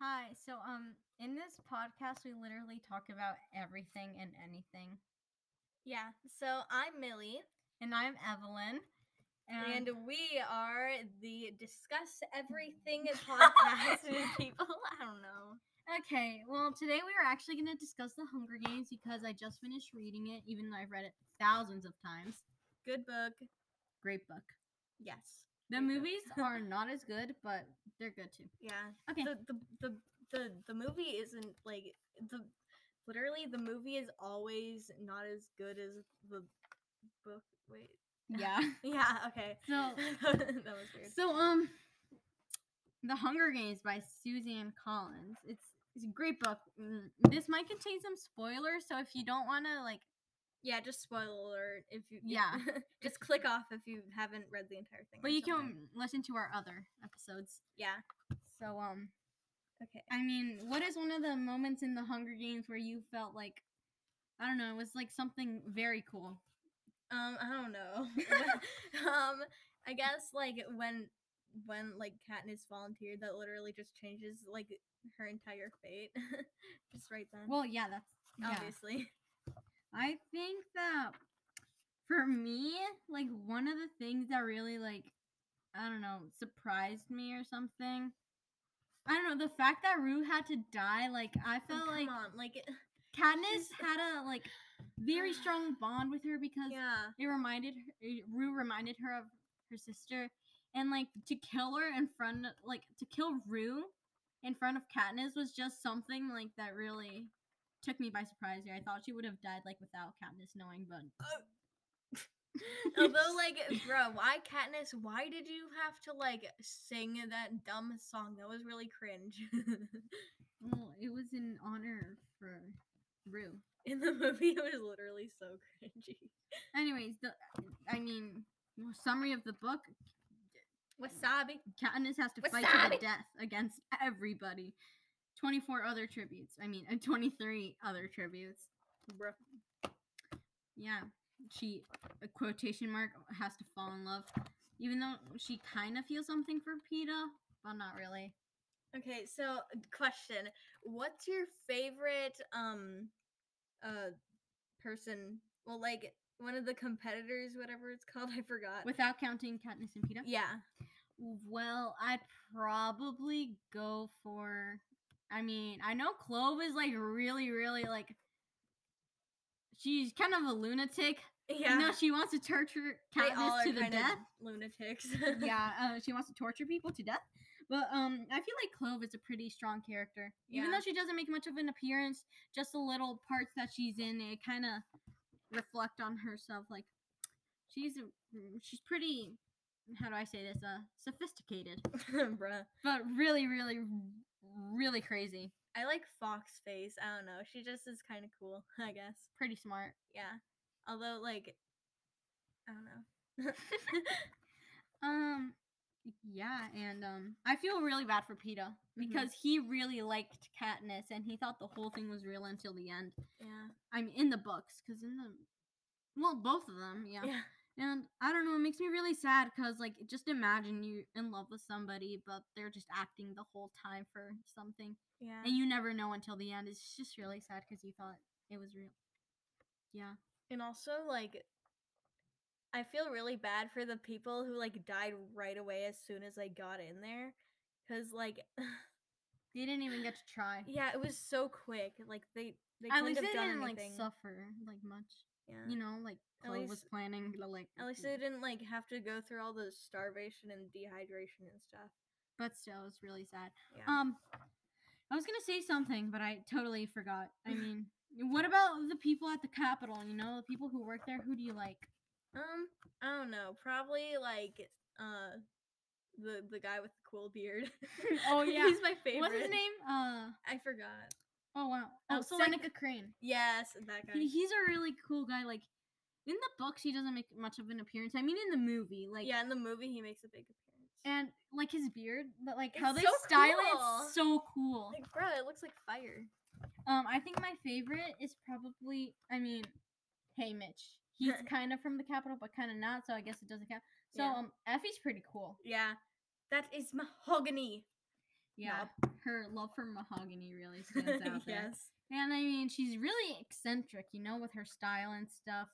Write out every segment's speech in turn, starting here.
Hi. So, um, in this podcast, we literally talk about everything and anything. Yeah. So I'm Millie, And I'm Evelyn. and, we are the Discuss Everything podcast people. I don't know. okay, well, today we are actually going to discuss the Hunger Games because I just finished reading it, even though I've read it thousands of times. Good book. Great book. Yes. The Great book. movies are not as good, but they're good too. Yeah. Okay. The the the the, the movie isn't like the literally the movie is always not as good as the book. Wait. Yeah. Yeah. Okay. So- that was weird. so, um, The Hunger Games by Suzanne Collins. It's it's a great book. Mm, This might contain some spoilers, so if you don't want to like Yeah. Just spoiler alert. If you Yeah. just click off if you haven't read the entire thing. But or you something. can listen to our other episodes. Yeah. So, um, Okay. I mean, what is one of the moments in the Hunger Games where you felt like, I don't know, it was like something very cool? Um, I don't know. um, I guess like when when like Katniss volunteered, that literally just changes like her entire fate. just right then, Well, yeah, that's yeah. obviously. I think that for me, like one of the things that really like, I don't know, surprised me or something. I don't know the fact that Rue had to die. Like I Oh, felt come like on, like it- Katniss had a like very strong bond with her because yeah, it reminded her, it- Rue reminded her of her sister, and like to kill her in front, of, like to kill Rue in front of Katniss was just something like that really took me by surprise. Here, I thought she would have died like without Katniss knowing, but although like, bro, why Katniss? Why did you have to like sing that dumb song? That was really cringe well, it was in honor for Rue. in the movie. It was literally so cringy. Anyways, the I mean summary of the book: Wasabi. Katniss has to fight to the Wasabi! death against everybody. 24 other tributes. I mean, uh, 23 other tributes. Bro. Yeah, she a quotation mark has to fall in love, even though she kind of feels something for Peta, but not really. Okay, so uh, question: What's your favorite um, uh, person? Well, like one of the competitors, whatever it's called, I forgot. Without counting Katniss and Peta. yeah, Well, I'd probably go for. I mean, I know Clove is like really, really like. She's kind of a lunatic. yeah. You know, she wants to torture they Katniss all are to the kind death. of lunatics. yeah, uh, she wants to torture people to death. But um, I feel like Clove is a pretty strong character, even Yeah. though she doesn't make much of an appearance. Just the little parts that she's in, it kind of reflect on herself. Like she's a, mm, she's pretty. How do I say this? Uh, sophisticated, bruh. but really, really, really crazy. I like Fox face. I don't know. She just is kind of cool, I guess. Pretty smart. Yeah. Although, like, I don't know. Um, yeah, and um, I feel really bad for Peta because he really liked Katniss and he thought the whole thing was real until the end. yeah. I'm in the books because in the well, both of them, yeah. Yeah. And I don't know, it makes me really sad because like just imagine you in love with somebody, but they're just acting the whole time for something, Yeah. and you never know until the end. It's just really sad because you thought it was real. Yeah. And also, like, I feel really bad for the people who, like, died right away as soon as I got in there. Because, like, They didn't even get to try. yeah, it was so quick. Like, they, they At couldn't least have they done didn't anything. like suffer like much. yeah. You know, like At Chloe was least- planning to like. At least they didn't, like, have to go through all the starvation and dehydration and stuff. But still, it was really sad. Yeah. Um, I was gonna say something, but I totally forgot. I mean, what about the people at the Capitol? You know, the people who work there. Who do you like? Um, I don't know. Probably, like, uh, the, the guy with the cool beard. Oh, yeah. He's my favorite. What's his name? Uh, I forgot. oh wow, Oh, oh Seneca- Seneca Crane. Yes, that guy. He, he's a really cool guy. Like in the books, he doesn't make much of an appearance. I mean, in the movie, like yeah, in the movie, he makes a big appearance. and like his beard, but like how It's they so style it, cool. it's so cool. Like, bro, it looks like fire. Um, I think my favorite is probably, I mean, hey Mitch. He's kind of from the capital, but kind of not, so I guess it doesn't count. So Yeah. um, Effie's pretty cool. Yeah. That is mahogany. Yeah, her love for mahogany really stands out there. yes. And I mean, she's really eccentric, you know, with her style and stuff.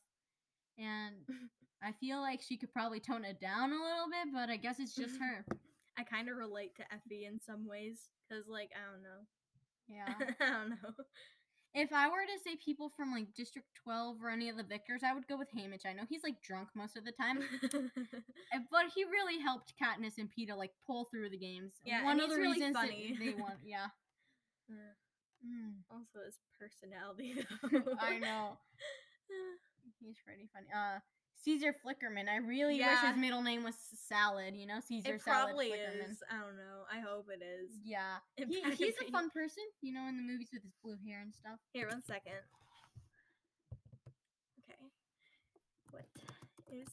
And I feel like she could probably tone it down a little bit, but I guess it's just her. I kind of relate to Effie in some ways because, like, I don't know. Yeah. I don't know. If I were to say people from like District 12 or any of the victors, I would go with Haymitch. I know he's like drunk most of the time, uh, but he really helped Katniss and Peeta like pull through the games. Yeah, and One of he's the really reasons that funny. they won. Yeah. Uh, Mm, also, his personality, though. I know. He's pretty funny. Uh, Caesar Flickerman. I really wish Yeah. his middle name was Salad. You know, Caesar It Salad probably Flickerman. is. I don't know. I hope it is. Yeah, It Mm. he, better he's be. a fun person. You know, in the movies with his blue hair and stuff. Here, one second. Okay. What is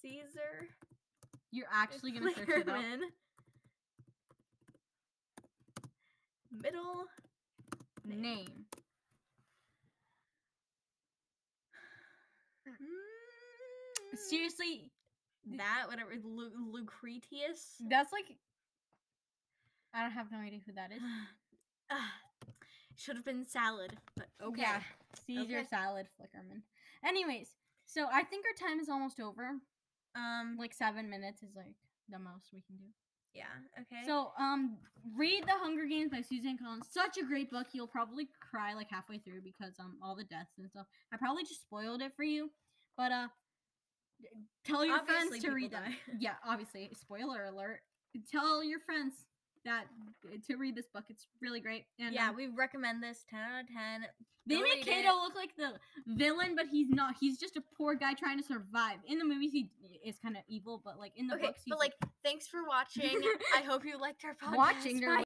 Caesar? You're actually gonna search it up. Flickerman Middle name. Name. Hmm. Seriously, that whatever Lu- Lucretius. that's like. I don't have no idea who that is. Should have been salad, but okay. Yeah, Caesar Okay. Salad Flickerman. Anyways, so I think our time is almost over. Um. Like seven minutes is like the most we can do. yeah. Okay. So, um, read The Hunger Games by Suzanne Collins. Such a great book. You'll probably cry like halfway through because um all the deaths and stuff. I probably just spoiled it for you, but uh, d- tell your Obviously friends to people read them. die. Yeah, obviously. Spoiler alert. Tell your friends that uh, to read this book. It's really great. And yeah, um, we recommend this ten out of ten. they go make read Kato it. look like the villain, but he's not. He's just a poor guy trying to survive. In the movies, he is kind of evil, but like in the Okay, books, he's but like, thanks for watching. I hope you liked our podcast. watching or Bye.